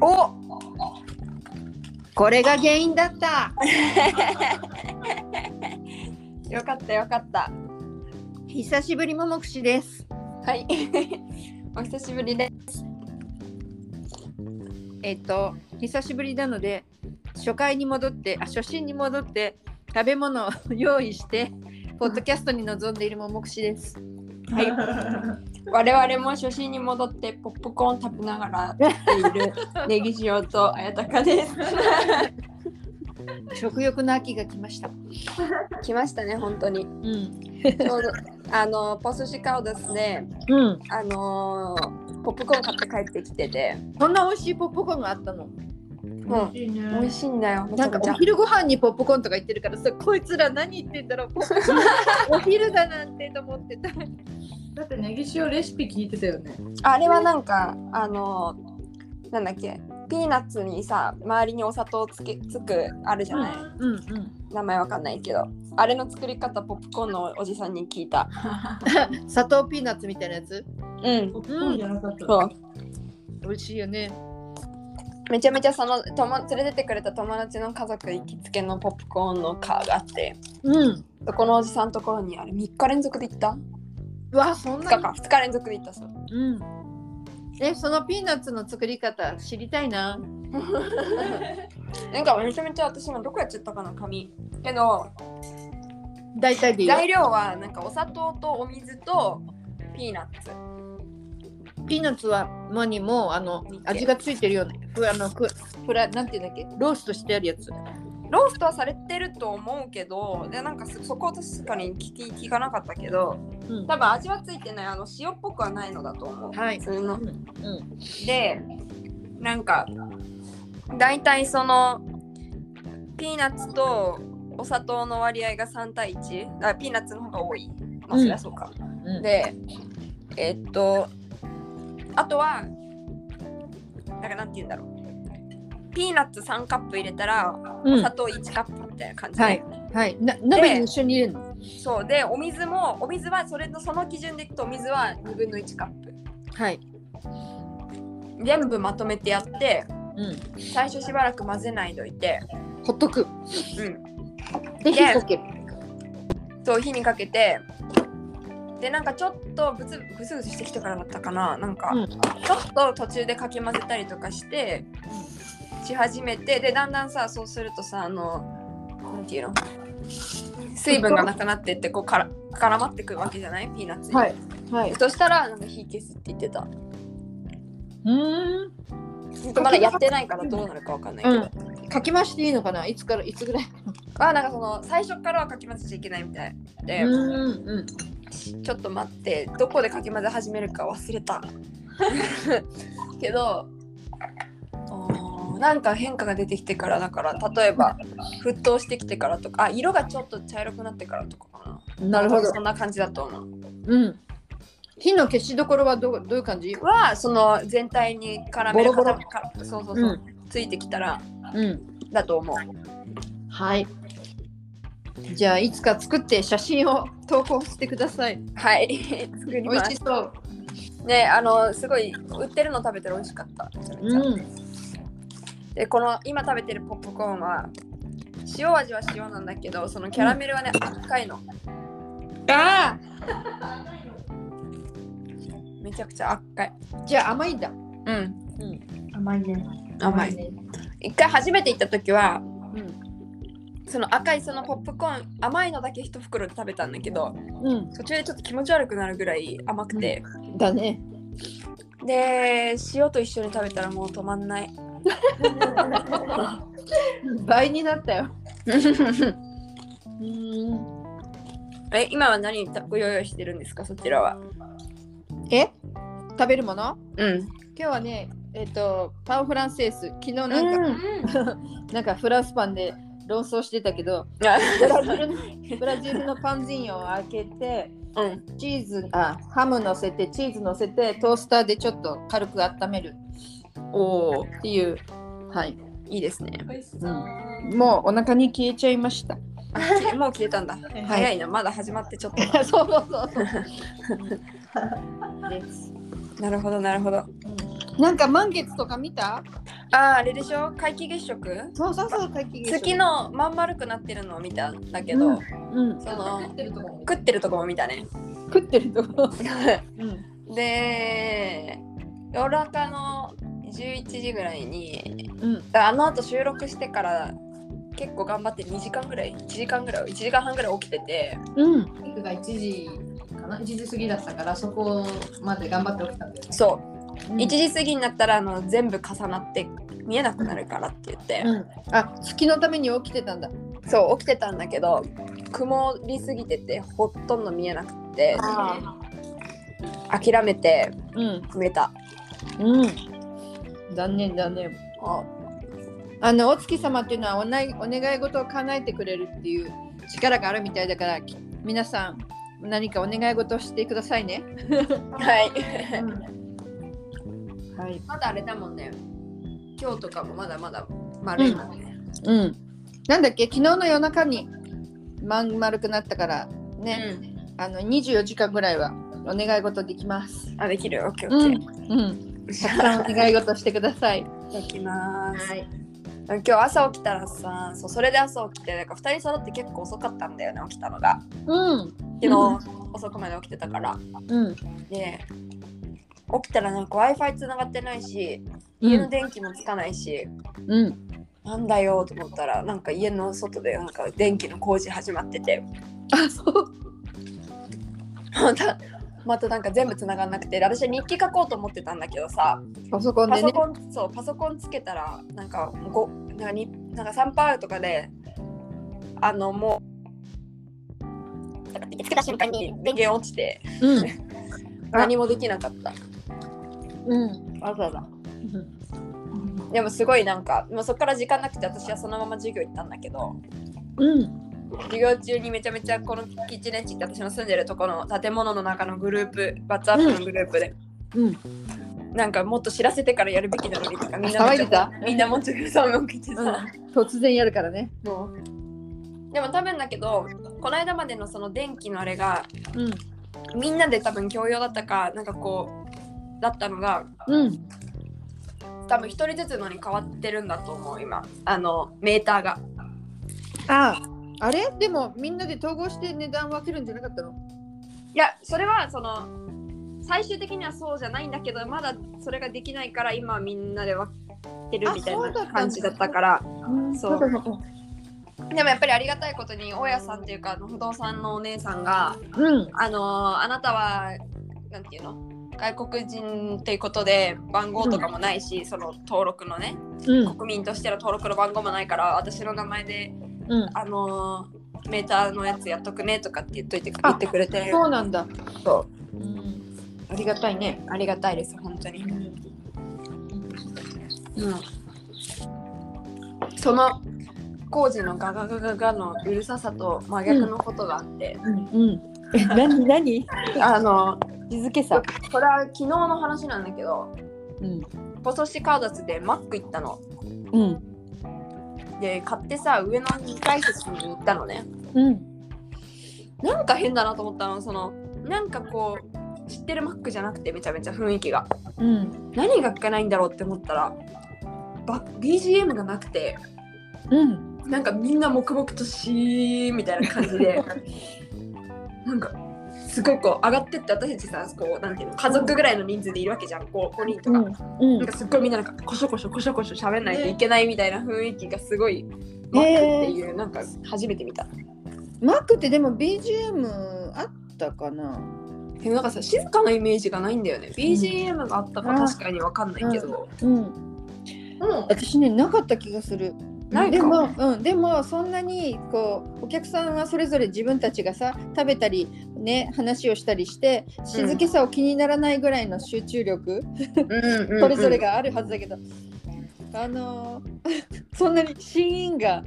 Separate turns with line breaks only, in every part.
おこれが原因だった
よかったよかった。
久しぶりも目視です
はい。 お久しぶりで。
えっと久しぶりなので初回に戻ってあ初心に戻って食べ物を用意してポッドキャストに臨んでいるも目視です
はい。我々も初心に戻ってポップコーン食べながらやってい るネギ塩と綾鷹です。
食欲の秋が来ました
来ましたね本当に。
うん
ちょうどあのポスシカオですね。
うん
あのーポップコーン買って帰ってきてて、
こんな美味しいポップコーンがあったの
もう
いいね
美味しいんだよ。めち
な
ゃ
んか
めち
お
ゃ。
昼ご飯にポップコーンとか言ってるからさこいつら何言ってんだ ろうお昼だなんてと思ってた
だってネギ塩レシピ聞いてたよね。
あれはなんかあのーなんだっけ。ピーナッツにさ周りにお砂糖つけつくあるじゃない、
うんうん
名前わかんないけどあれの作り方ポップコーンのおじさんに聞いた
砂糖ピーナッツみたいなやつ
うん
ポップコーンじゃなかった。
そう
美味しいよね
めちゃめちゃその友連れてってくれた友達の家族行きつけのポップコーンのカーがあって
うん
そこのおじさんのところにあれ3日連続で行った
うわそん
2
な
日
に
か2日連続で行ったそう
うんえそのピーナッツの作り方知りたいな
なんかめちゃめちゃ私今どこやっちゃったかな紙けど
大体でいいよ
材料はなんかお砂糖とお水とピーナッツ
ピーナッツはもにもうあの
見て
味がついてるよねふあのふフラなんていうんだっけローストしてあるやつ
ローストはされてると思うけどでなんかそそこは確かに聞き聞かなかったけど
うん
多分味はついてないあの塩っぽくはないのだと思う、
はい
普通の
うん
でなんかだいたいそのピーナッツとお砂糖の割合が3対1あピーナッツの方が多いまあ
うん
そりゃそうか、
うん
でえっとあとはなんかなんて言うんだろうピーナッツ3カップ入れたら
う
お
ん
砂糖1カップみたいな感じ、
はいはいな鍋に一緒に入れるの
そうでお水もお水はそれのその基準でいくとお水は2分の1カップ
はい
全部まとめてやって
うん
最初しばらく混ぜないといて、
ほっとく
うん、
で火
で
かける
そう火にかけてでなんかちょっとブツブツブツしてきたからだったかななんか、
うん
ちょっと途中でかき混ぜたりとかしてし始めてでだんだんさそうするとさあのなんていうの水分がなくなってってこうから絡まってくるわけじゃないピーナッツに、
はいはい
そしたらなんか火消すって言ってた
うーん
まだやってないからどうなるかわかんないけど、
かき回していいのかないつからいつぐらい
あなんかその最初からはかき混ぜちゃいけないみたいで、
うんうん
ちょっと待ってどこでかき混ぜ始めるか忘れた けどおーなんか変化が出てきてからだから例えば沸騰してきてからとかあ色がちょっと茶色くなってからとかか
うん
な
なるほど
そんな感じだと思う
うん火の消しどころはどうどういう感じ
はその全体に絡める
ボロボロ
固めかそうそうそう、ついてきたら
うん
だと思う
はいじゃあいつか作って写真を投稿してください
はい 作り
美
ま
味し
す
そう
ねあのすごい売ってるの食べて美味しかっためちゃめちゃ、
うん
でこの今食べてるポップコーンは塩味は塩なんだけどそのキャラメルはね、赤いの
あ
めちゃくちゃ赤い
あじゃあ甘いんだ
うん
甘いね。
甘い
ね
一回初めて行った時は
うん
その赤いそのポップコーン甘いのだけ一袋で食べたんだけど
う
途中でちょっと気持ち悪くなるぐらい甘くて、
んだね
で塩と一緒に食べたらもう止まんない
倍になったようん
え今は何ご用意してるんですかそちらは
え食べるもの
うん
今日はねえっ、とパンフランセース昨日なんか、
うん
なんかフランスパンで論争してたけどブラジルの ブラジルのパンジンを開けて
うん
チーズあハム乗せてチーズ乗せてトースターでちょっと軽く温める
おお
っていうはい、
いいですね
うん、もうお腹に消えちゃいました
もう消えたんだ、早いなまだ始まってちょっと
そうそうそうそうです、
なるほどなるほど。
うんなんか満月とか見た
あーあれでしょ皆既月食
そうそうそう、皆既月食
月のまん丸くなってるのを見たんだけど、
うんうん、
その
ってるとこも
食ってるとこも見た ね
食ってるとこ。うん。
で夜中の11時ぐらいに
うん。
あのあと収録してから結構頑張って2時間ぐらい1時間ぐらい1時間半ぐらい起きてて
うん。
ピークが1時かな1時過ぎだったからそこまで頑張って起きたんだよね
そう、
うん
1時過ぎになったらあの全部重なって見えなくなるからって言って、
うん。あ、月のために起きてたんだ。
そう起きてたんだけど曇りすぎててほとんど見えなくて
あ
諦めて
うん。
寝た
うん。残念だね。
あ
あのお月様っていうのはおないお願い事を叶えてくれるっていう力があるみたいだからき皆さん何かお願い事をしてくださいね。
はい
はい。
まだあれだもんね今日とかもまだまだ丸いもんね、
うん。なんだっけ昨日の夜中にまん丸くなったからね、
う
あの24時間ぐらいはお願い事できます。
ん、あできるよ OKOK、
う。
うん
うん。たくさんお願い事してください。
できます、
い。
今日朝起きたらさそうそれで朝起きてなんか2人揃って結構遅かったんだよね起きたのが
うん。
昨日遅くまで起きてたから
うん。
で起きたらなんか w i f i つながってないし家の電気もつかないし、
うん。
なんだよと思ったらなんか家の外でなんか電気の工事始まってて
あ、そう。
またまたなんか全部繋がんなくて私は日記書こうと思ってたんだけどさ
パソコン
パ
で
ソ
ね。
コンそうパソコンつけたらなんかごなんかになんかサンパウとかであのもうつけた瞬間に電源落ちて
うん。あ
何もできなかった
うん。
わざわざでもすごいなんかもうそこから時間なくて私はそのまま授業行ったんだけど
うん。
授業中にめちゃめちゃこのキッチンレンチって私の住んでるとこの建物の中のグループ、バッツアップのグループで、
うん。
なんかもっと知らせてからやるべきなのにとか、みんなめっちゃ
騒いでた
みんなもっと騒起きてさ、
突然やるからね。
もう。でも多分だけど、この間までのその電気のあれが、
うん。
みんなで多分共用だったか、なんかこう、だったのが、
うん。
多分一人ずつのに変わってるんだと思う、今、あの、メーターが。
ああ。あれでもみんなで統合して値段分けるんじゃなかったの
いや、それはその最終的にはそうじゃないんだけど、まだそれができないから、今はみんなで分けてるみたい
あそうだった
なん
だ
感じだったから、
うん
そう
そうか
でもやっぱりありがたいことに、大家さんっていうか、あの不動産のお姉さんが、
そうかうん。
あのーあなたは、なんていうの外国人っていうことで番号とかもないし、その登録のね
うん。
国民としての登録の番号もないから私の名前で
うん。
あのーメーターのやつやっとくねとかって言っといて
あ
言ってくれて
そうなんだ。。
そう
ん。ありがたいね。
ありがたいです本当にうん、その工事のガガガガガのうるささと真逆のことがあって、
うん。え、なになに。
あの
静け
さ。これは昨日の話なんだけど
うん。
ポソシカーダスでマック行ったの
うん。
で買ってさ上の2階席に行ったのね
うん。
なんか変だなと思ったのそのなんかこう知ってるマックじゃなくてめちゃめちゃ雰囲気が
うん。
何が聞かないんだろうって思ったらば BGM がなくて
うん。
なんかみんな黙々としーみたいな感じで なんかすごくこう上がってって私たちさこうなんていうの家族ぐらいの人数でいるわけじゃんこう5人とか、
うん
なんかすっごいみんななんかこしょこしょこしょこしょ喋んないといけないみたいな雰囲気がすごいマックっていう、なんか初めて見た
マックってでも BGM あったかな
でもなんかさ静かなイメージがないんだよね BGM があったか確かにわかんないけど、
うん
うん
私ねなかった気がする
ないか
でも、うん、でもそんなにこうお客さんはそれぞれ自分たちがさ食べたりね話をしたりして静けさを気にならないぐらいの集中力、
うん
それぞれがあるはずだけど、あのー そんなにシーンが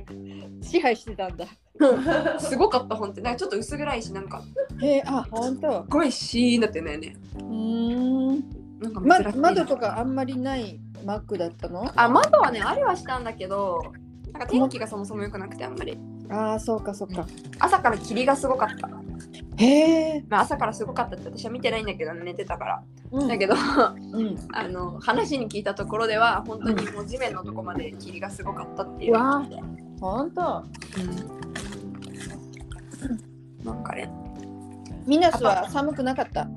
支配してたんだ
すごかった本ってなんかちょっと薄暗いしなんかす
えー、あ本当
ごいシーンだってんだよね
うーん、
なんか
ま
珍しいな、、
窓とかあんまりないマックだったの
あ窓はねありはしたんだけどなんか天気がそもそも良くなくてあんまり
ああそうかそうか
朝から霧がすごかった
へえ。
まあ、朝からすごかったって私は見てないんだけど寝てたから、
うん
だけど
うん。
あの話に聞いたところでは本当にもう地面のとこまで霧がすごかったっていうう
わ本当。
うんなんかね、
ミナスは寒くなかった。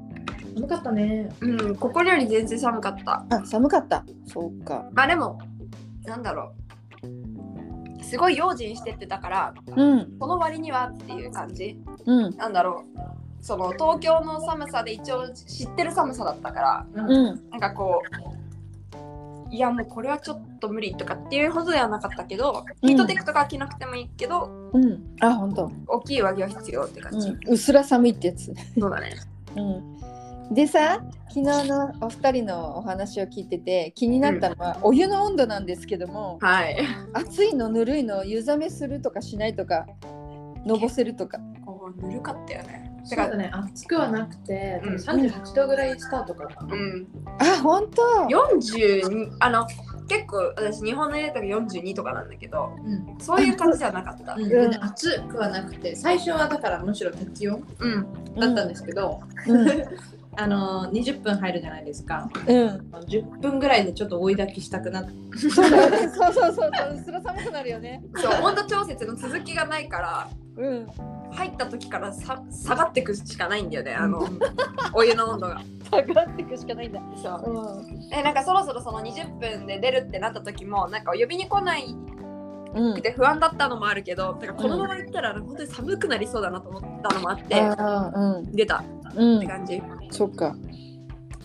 寒かったね。
うん、ここより全然寒かった
あ、寒かった。そうか。
まあでもなんだろうすごい用心してってたから
うん。
この割にはっていう感じ
うん。
なんだろうその東京の寒さで一応知ってる寒さだったから
うん。
うん。
なんかこういやもうこれはちょっと無理とかっていうほどではなかったけど、
うん
ヒートテックとか着なくてもいいけど
うん。あ、本当。
大きい上着は必要って感
う
じ、
ん。うっすら寒いってやつ。
そうだね
うん。でさ、昨日のお二人のお話を聞いてて気になったのは、お湯の温度なんですけども
はい
熱いのぬるいの湯冷めするとかしないとかのぼせるとか
こうぬるかったよね
そ
だ
う
か
だ
ら
ね、暑くはなくて、
うん
三十八度ぐらいしたとかかな。
うん
あ本当
42あの結構私日本の家だと42とかなんだけど
うん。
そういう感じじゃなかった
うん
うん
暑くはなくて、最初はだからむしろ適温
うん
だったんですけど、
うんうん
あの二十分入るじゃないですか。
うん
十分ぐらいでちょっと追い抱きしたくなって。
そうだよね。そうそうそうそう。うっすら寒くなるよね。
そう温度調節の続きがないから
うん。
入った時からさ下がってくしかないんだよねあのお湯の温度が
下がっていくしかないんだ。
そう
う
えなんかそろそろその20分で出るってなった時もなんか呼びに来ない
ん。う
く
ん。
て不安だったのもあるけどなんかこのまま行ったら本当に寒くなりそうだなと思ったのもあって
ああ、
出たっ
うん。う
て
ん。
感じ
そっか。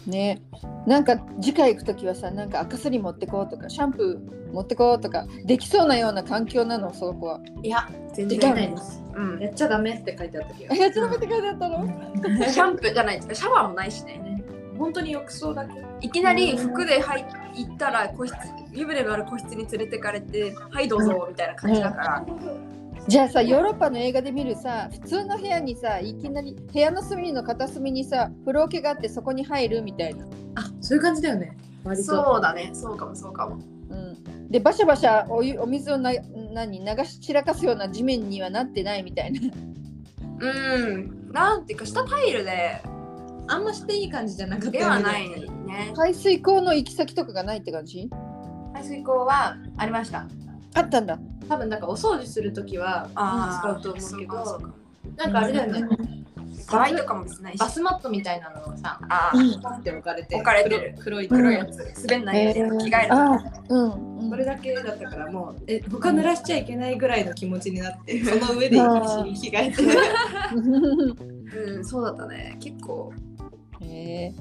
ね。なんか次回行くときはさ、なんか赤すり持ってこうとか、シャンプー持ってこうとか、できそうなような環境なの、そこは。
いや、全
然
然ないです。
うん
やっちゃダメって書いてあったけど
え、。やっちゃダメって書いてあったの
シャンプーじゃないシャワーもないしね
本当に浴槽だけ。
いきなり服で入行ったら個室湯船のある個室に連れてかれて「はいどうぞ」みたいな感じだから、
じゃあさ、ヨーロッパの映画で見るさ、普通の部屋にさ、いきなり部屋の隅の片隅にさ、風呂桶があってそこに入るみたいな。
あ、そういう感じだよね。割と。
そうだねそうかもそうかも
うん、でバシャバシャお湯お水をな何流し散らかすような地面にはなってないみたい な。
うんなんていうか下タイルで
あんましていい感じじゃなかった
で
よ
は
ね
ないね
排水口の行き先とかがないって感じ
排水口はありました
あったんだ。
多分なんかお掃除するときは
あ
使
ー
うと思うけ
そうかそう
ど
か
なんかあれだよね
ドライとかも別にないし
バスマットみたいなのがさ
あ
う
ー
ん
パンって置かれて
置かれてる
黒い
黒
黒
い
い
や
や
つ滑んないように着替える
あうん、う
つ
ん
それだけだったからもうえ他濡らしちゃいけないぐらいの気持ちになってその上で一日着替えて
うんそうだったね結構
へえ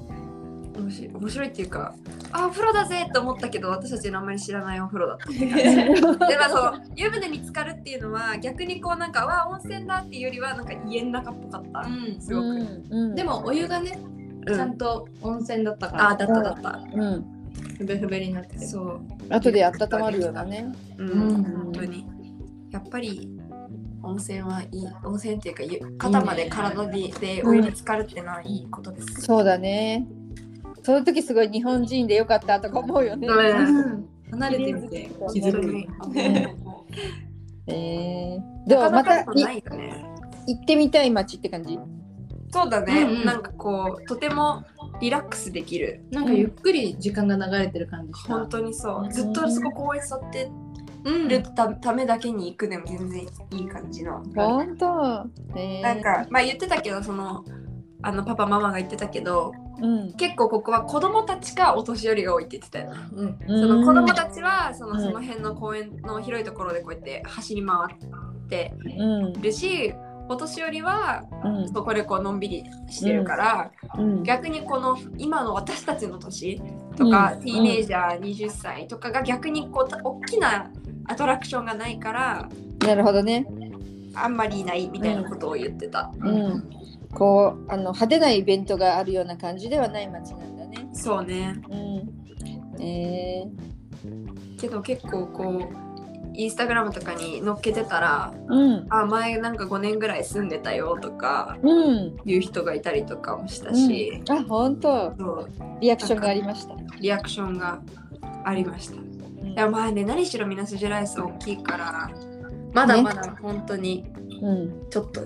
面白い面白いっていうかあお風呂だぜと思ったけど私たちのあんまり知らないお風呂だったでまあその 湯船に浸かるっていうのは逆にこうなんかわあ温泉だっていうよりはなんか家の中っぽかった、すごく、うん
うん
でもお湯がねちゃんと温泉だったか
ああ
ら
だっただった、
うん、
ふべふべになってて
そう
後で温まるようなね。
うん、
うん
本当にやっぱり温泉はいい温泉っていうかゆ肩まで体ででお湯に浸かるってのはいいことです、
そうだね。その時すごい日本人でよかったとか思うよね。
うん
離れてみて気
本当
づく
に
えー、で
な
も
かな
また
か
い
ないよね
行ってみたい街って感じ。
そうだね、
うんうん
なんかこうとてもリラックスできる
なんかゆっくり時間が流れてる感じした
本当にそう、
うん
ずっとそこ公園座って
うん
るたためだけに行くでも全然いい感じの、
本当。えー
なん、かまあ言ってたけどそのあのパパママが言ってたけど
うん、
結構ここは子供たちかお年寄りが多いって言ってたよね
うん
そ
その子供たちはそ
うん
のその辺の公園の広いところでこうやって走り回って
うん
るしお年寄りは
うん
そこでこうのんびりしてるから、
うん
逆にこの今の私たちの年とか、
うん
ティーネイジャー20歳とかが逆にこうた大きなアトラクションがないから
なるほどね。
あんまりいないみたいなことを言ってた、
うん。こうあの派手なイベントがあるような感じではない街なんだね。
そうね
うん。え
けど結構こうインスタグラムとかに載っけてたら
ー、うん。
あ前なんか5年ぐらい住んでたよとか
うん。
いう人がいたりとかもした
う
し、
ん、あ本当
そう
リアクションがありました。
リアクションがありましたい
うん
やまあね何しろミナスジェライス大きいからまだまだ本当に
うん
ちょっと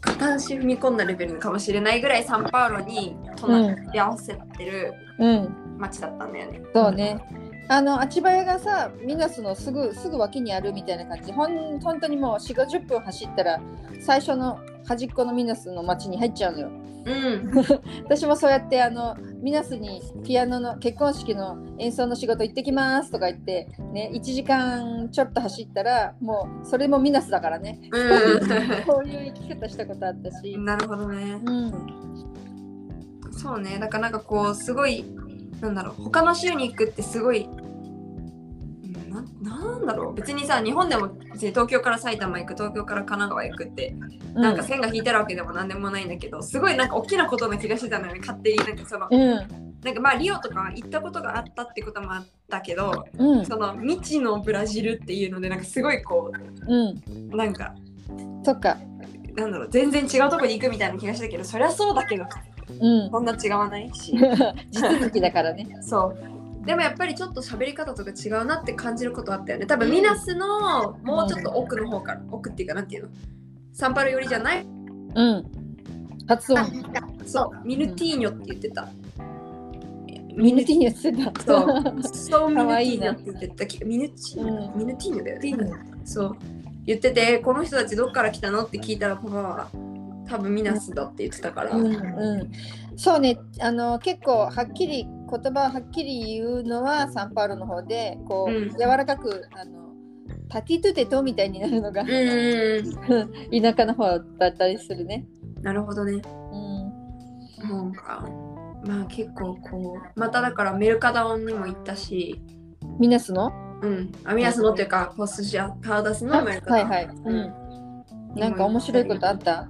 片足踏み込んだレベルかもしれないぐらいサンパウロに隣り合わせてる
うん、
街だったんだよね。
そうね。あの、あちばやがさ、ミナスのすぐ、すぐ脇にあるみたいな感じ。ほん、本当にもう4、50分走ったら、最初の端っこのミナスの町に入っちゃうのよ。
うん、
私もそうやってあのミナスにピアノの結婚式の演奏の仕事行ってきますとか言ってね1時間ちょっと走ったらもうそれもミナスだからね
う
こういう生き方したことあったし
ん、、 なるほどね。
うん、
そうね、だからなんかこう、すごい、なんだろう、他の州に行くってすごい、うんななんだろう、別にさ、日本でも別に東京から埼玉行く、東京から神奈川行くって、なんか線が引いてあるわけでもなんでもないんだけど、すごいなんか大きなことな気がしてたのよね、勝手に。なんかその、
うん
なんかまあ、リオとか行ったことがあったってこともあったけど、
うん
その未知のブラジルっていうので、なんかすごいこ
うん
う、なんか、
そっか
なんだろう、全然違うとこに行くみたいな気がしたけど、そりゃそうだけど、
うん
そんな違わないし。
地続きだからね
そうでもやっぱりちょっと喋り方とか違うなって感じることあったよね多分ミナスのもうちょっと奥の方から、奥っていうかなんていうのサンパル寄りじゃな
う
い
ん発音
そうミルティーニョって言ってた
ミヌティーニョしてた
そうそうミ
か
ルテ
わ
ィ
い
ー
い
ニョ
な
って言ってたきミルチ、
うん
ミルティーニョだよ
いい
ね
の
そう言っててこの人たちどっから来たのって聞いたらパパは多分ミナスだって言ってたから、
うんうん、そうねあの結構はっきり言葉をはっきり言うのはサンパウロの方でこう、
うん
柔らかくあのタティトゥテトみたいになるのが、
うんうんう
田舎の方だったりするね。
んなるほどね
うん、
なんかまあ結構こうまただからメルカダオンにも行ったし
ミナスの
うんアミナスのっていうかポスシアパウダスのメルカ
は
ダオ
い
ン
はい、うん。なんか面白いことあった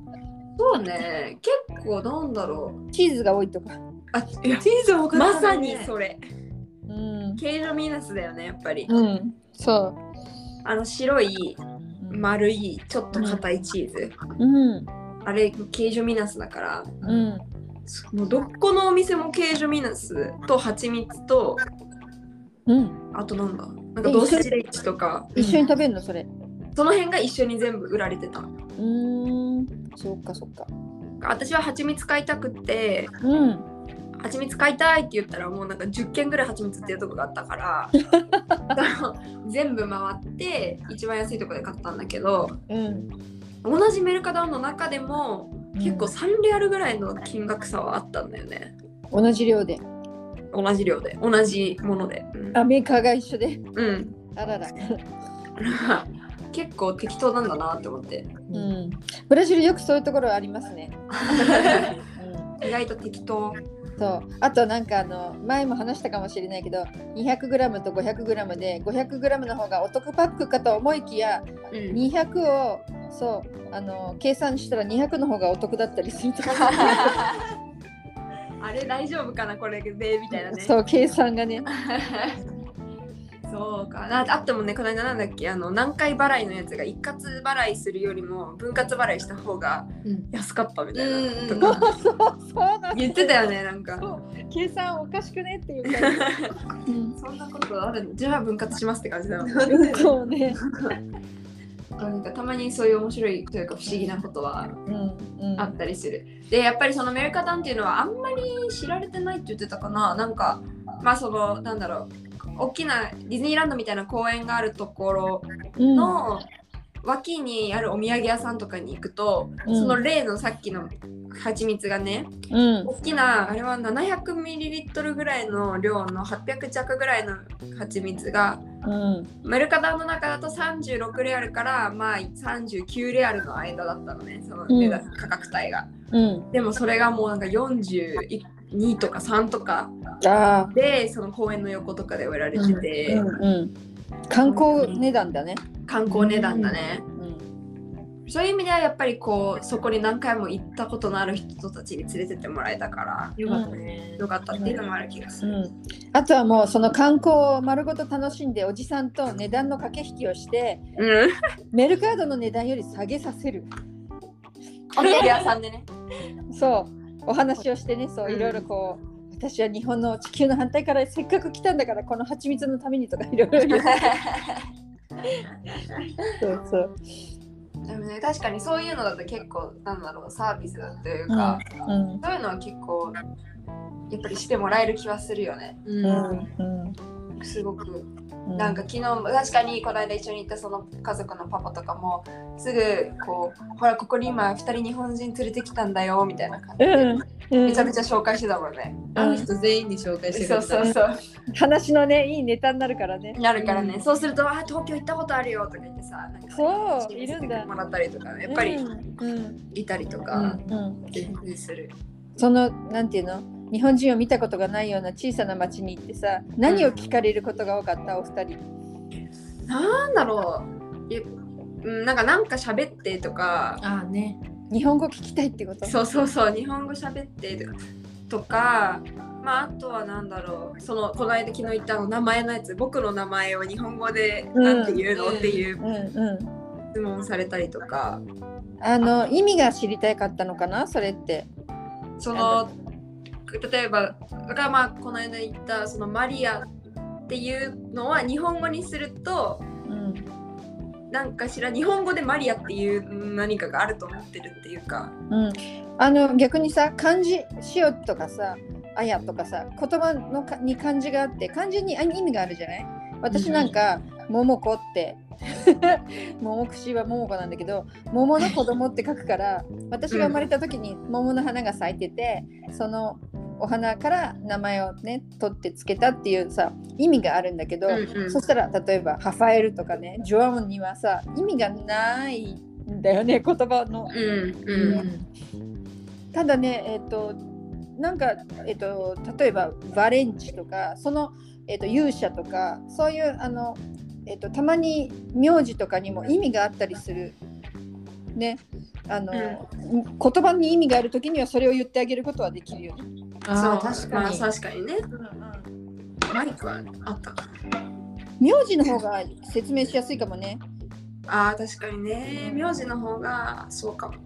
そうね結構なんだろう
チーズが多いとか。
あいや
チーズ多かったね
まさにそれ
うん、
ケイロミナスだよねやっぱり、
うん、そう。
あの白い
うん
丸いちょっと硬いチーズ、
うん、
あれケイジョミナスだから
うん、
もうどこのお店もケイジョミナスと蜂蜜と
うん。
あとなんだなんかドーシレッチとか
一緒に食べるのそれ。
その辺が一緒に全部売られてた
うーん、そっかそっか。
私は蜂蜜買いたくて
うん、
蜂蜜買いたいって言ったらもうなんか10軒ぐらい蜂蜜っていうとこがあったから その全部回って一番安いとこで買ったんだけど
うん。
同じメルカダウンの中でも結構3レアルぐらいの金額差はあったんだよね
同じ量で。
同じ量で同じもので
あ、メーカーが一緒で。
うん、うん、
あらら。
結構適当なんだなって思って
うん。ブラジルよくそういうところありますね。
意外と適当
そう。あとなんかあの前も話したかもしれないけど、200g と 500g で 500g の方がお得パックかと思いきや、
うん
200をそうあの計算したら200の方がお得だったりするとか、
あれ大丈夫かなこれでみたいなね
そう計算がね。
そうかなあってもねこの間なんだっけあの何回払いのやつが一括払いするよりも分割払いした方が
うん
安かったみたいな、
うんうん
とか
そうそうなん
言ってたよねなんか
計算おかしくねっていう感 じ。うん
そんなことあるのじゃあ分割しますって感じだよね
そうね。
なんかたまにそういう面白いというか不思議なことは
うんうん。
あったりするでやっぱりそのメルカタンっていうのはあんまり知られてないって言ってたかななんかまあそのなんだろう大きなディズニーランドみたいな公園があるところ
うん
の脇にあるお土産屋さんとかに行くと、
うん
その例のさっきの蜂蜜がね
うん
大きなあれは 700ml ぐらいの量の800着ぐらいの蜂蜜が
うん
メルカダの中だと36レアルからまあ39レアルの間だったのねその値段価格帯が、
う
でもそれがもうなんか42とか3とか
ん。ああ。
でその公園の横とかで売られてて、
うん、観光値段だね。
観光値段だね、
うん、
そういう意味ではやっぱりこうそこに何回も行ったことのある人たちに連れてってもらえたから
よかったね
よかったっていうのもある気がす
う
る。
ん、あとはもうその観光を丸ごと楽しんでおじさんと値段の駆け引きをして
うん。
メルカードの値段より下げさせる
お土産屋さん でね。
そうお話をしてねそう
うん
いろいろこう。私は日本の地球の反対からせっかく来たんだからこの蜂蜜のためにとかいろいろ言うそうそう
でもね確かにそういうのだと結構なんだろうサービスというか、
うん
そういうのは結構やっぱりしてもらえる気はするよね。
う
うん
うん
ん、すごく
うん
なんか昨日も確かにこの間一緒に行ったその家族のパパとかもすぐこうほらここに今2人日本人連れてきたんだよみたいな感じで、
うん
めちゃめちゃ紹介してたもんね。
会う人全員に紹介してく
そう
れた
そうそう。
話のねいいネタになるからね
なるからね、
うん
そうすると「あ東京行ったことあるよ」とか言ってさなんか
そう
見
いる
せて
んだ
もらったりとかねやっぱり
うん
いたりと
う
か
ん
うん
全然する。
そのなんていうの日本人を見たことがないような小さな町に行ってさ何を聞かれることが多かったお二人
なんだろういうんなんかなんか喋ってとか
ああね
日本語聞きたいってこと
そうそうそう日本語喋ってとかまああとはなんだろうそのこの間昨日言ったあの名前のやつ僕の名前を日本語で
うん
なんて言うの、ってい
う
う
んう
質問されたりとか
んあの意味が知りたかったのかなそれって
その例えばだからまあこの間言ったそのマリアっていうのは日本語にすると
うん
なんかしら日本語でマリアっていう何かがあると思ってるっていうか
うん、あの逆にさ漢字「塩」とかさ「あや」とかさ言葉のかに漢字があって漢字にあ意味があるじゃない私なんか「桃子」って 桃串は桃子なんだけど桃の子供って書くから私が生まれた時に桃の花が咲いててそのお花から名前をね取ってつけたっていうさ意味があるんだけど、
うんうん
そしたら例えばハファエルとかねジョアンにはさ意味がないんだよね言葉の。
うん
う
うん
ん
ただねえっ、となんか、えっと例えばバレンチとかその、えっと勇者とかそういうあの、えっとたまに名字とかにも意味があったりする。ね、あの、言葉に意味がある時にはそれを言ってあげることはできるよね。
そ
あ
う
あ確
ま
か
あ
に
確かにねマイクはあったか
名字の方が説明しやすいかもね。
あー確かにね名字の方がそうかも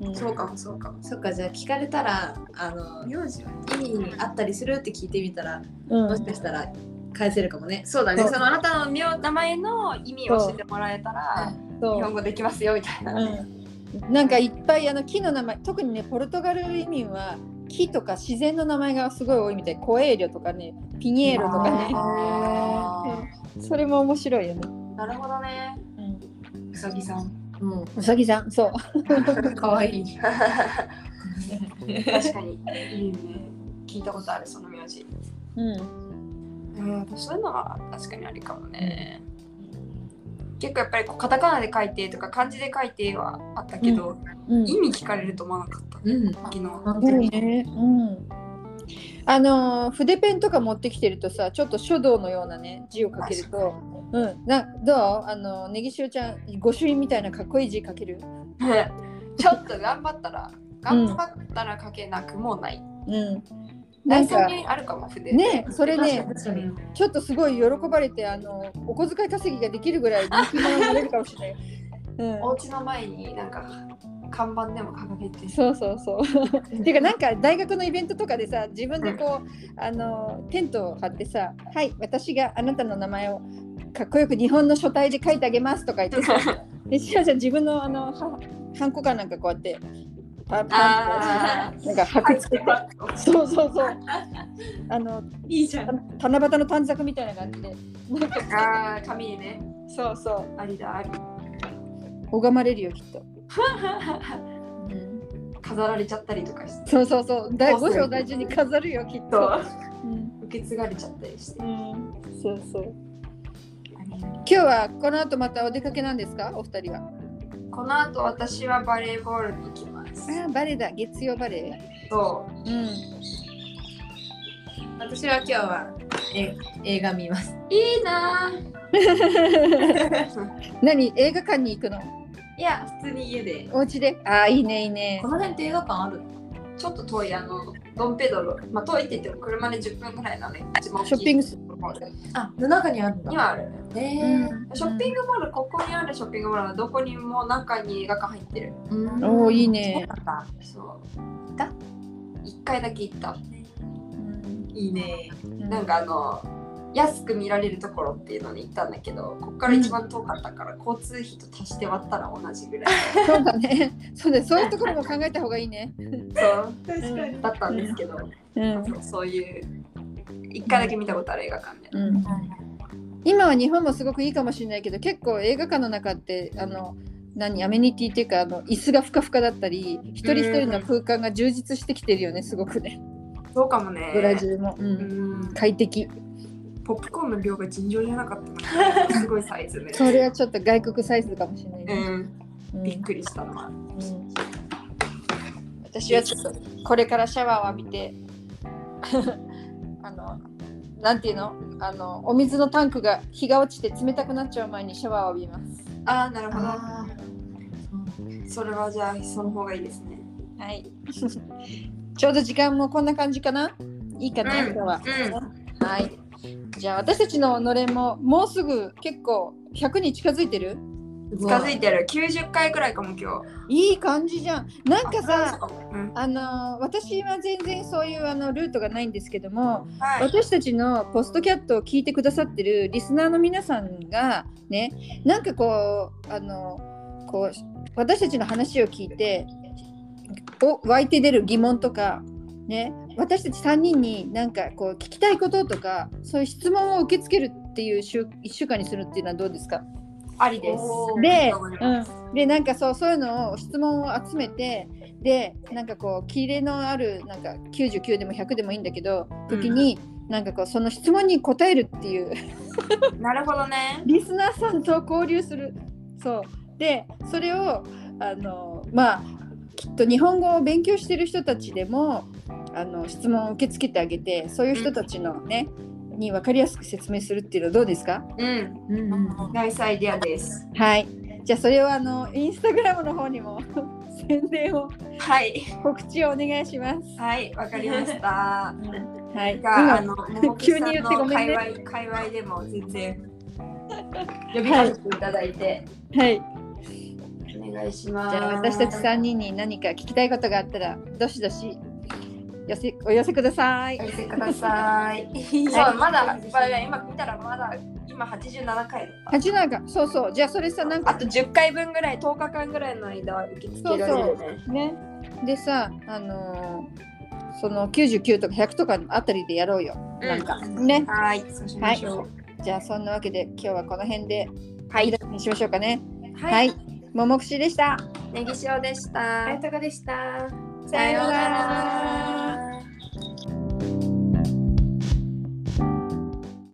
うん、
そうかもそうかも
そっかじゃあ聞かれたらあの
名字は
意味にあったりするって聞いてみたら
うん
もしかしたら返せるかもね
そうだね
そう
そのあなたの名名前の意味を教えてもらえたら
そう
日本語できますよみたいな、
うんなんかいっぱいあの木の名前特にねポルトガル移民は木とか自然の名前がすごい多いみたいコエーリョとかねピニエロとかね
あ
それも面白いよね、
ーなるほどね
うん、
うさぎさん
うん
うさぎさんそう
かわいい
確かにいいね聞いたことあるその名字
うん
うんそういうのは確かにありかもね結構やっぱりこうカタカナで書いてとか漢字で書いてはあったけど、
うん
意味聞かれると思わなかった
うん
昨日
本当
そう
に
ねうんあのー筆ペンとか持ってきてるとさちょっと書道のようなね字を書けるとうんなどうあのねぎしおちゃん御朱印みたいなかっこいい字書ける
ねちょっと頑張ったら、頑張ったら書けなくもない。
うんな
来
ん
週
か
にあるかも、筆。
ねそれね
確かに
ちょっとすごい喜ばれてあのお小遣い稼ぎができるぐらい人気者になれるかもしれない。
お
う
家の前になんか看板でも掲げて
ん、そうそう そう。っていうかなんか大学のイベントとかでさ自分でこうあのテントを張ってさ「はい私があなたの名前をかっこよく日本の書体で書いてあげます」とか言って さでしらちゃん自分のあのはハンコかなんかこうやってパパ
あ
ンって なんか箔つけてそうそう そうあの
いいじゃん
七夕の短冊みたいな感じでなんか
あー紙にね、
そうそう
ありだあり。
拝まれるよきっと。
飾られちゃったりとかして。
そうそうそう、大
そう
五
そう
章大事に飾るよ、きっと。
そう
うん、
受け継がれちゃったりして。
そうそう。今日はこの後またお出かけなんですか、お二人は。
この後私はバレーボールに行きます。
ああ、バレエだ、月曜バレエ。
そう。
うん。
私は今日はえ映画見ます
いいなぁ。
何、映画館に行くの、
いや普通に家で
お家で。ああ、いいね、いいね
こ。の辺って映画館ある
ちょっと遠いあの、ドンペドロ。まあ遠いって言っても車で10分ぐらいなので、一番大きい
ショッピングス
ところで
あの中にあるん
今ある。
え
ショッピングモール、ここにあるショッピングモールはどこにも中に映画館入ってる。
うん
おお、いいね。
そう。行った ?1 回だけ行った。
うん
いいね
うん
なんかあの、安く見られるところっていうのに行ったんだけどここから一番遠かったから、交通費と足して割ったら同じぐらい
そうだね。そうだねそういうところも考えた方がいいね。
そう
確かに。
だったんですけど、
うん。
そうそういう一回だけ見たことある映画館で、
うん、今は日本もすごくいいかもしれないけど、結構映画館の中って、あの、何アメニティっていうかあの椅子がふかふかだったり一人一人の空間が充実してきてるよねすごくね
そうかもね
ブラジルも、うん、
うん
快適
ポップコーンの量が尋常じゃなかった なすごいサイズね
それはちょっと外国サイズかもしれないね、
うん
うん
びっくりしたのは
うん私はちょっとこれからシャワーを浴びて あのなんていうのあのお水のタンクが日が落ちて冷たくなっちゃう前にシャワーを浴びます
ああなるほど
あ
それはじゃあその方がいいですね
はい ちょうど時間もこんな感じかないいかな、
う
今
ん
日は、
う
はいじゃあ私たちののれんももうすぐ結構100に近づいてる
ー
近づいてる90回ぐらいかも今日
いい感じじゃんなんかさ
うん
あの私は全然そういうあのルートがないんですけども、
はい
私たちのポストキャットを聞いてくださってるリスナーの皆さんがねなんかこうあのこう私たちの話を聞いてお湧いて出る疑問とか、ね、私たち3人になんかこう聞きたいこととかそういう質問を受け付けるっていう週1週間にするっていうのはどうですか
ありです
おー
で、
頑張ります
うん、でなんかそうそういうのを質問を集めてでなんかこうキレのあるなんか99でも100でもいいんだけど時に、なんかこうその質問に答えるっていう
なるほどね
リスナーさんと交流するそうでそれをあのまあきっと日本語を勉強してる人たちでもあの質問を受け付けてあげてそういう人たちのね、に分かりやすく説明するっていうのはどうですか
うん
うんうん
ナイスアイデアです
はい。じゃあそれをあのインスタグラムの方にも 宣伝を
はい
告知をお願いします。
はいわかりました
はい。
じゃあ
今
あの桃木
急
さ
に
ん
言ってご
の
めん
界
ね
隈界隈でも全然呼びかけていただいて
はい。
お願いしま
じ
す
ゃあ私たち三人に何か聞きたいことがあったらどしどし寄せお寄せください
お。寄せください。そう、まだ、まあ今見たらまだ、今87回だった。
八なんかそうそうじゃあそれさなん
あ
か
と10回分ぐらい、10日間ぐらいの間は受け付けられるね。
ねでさあのーその99とか100とかのあたりでやろうよ。なんかね。
はい、そうしましょ
じゃあそんなわけで今日はこの辺で
う。は
以
い。
上にしましょうかね。
は
はいい。。ももくしでした。
ネギ塩でし
あ
た
り。がとうございました。
さようなら。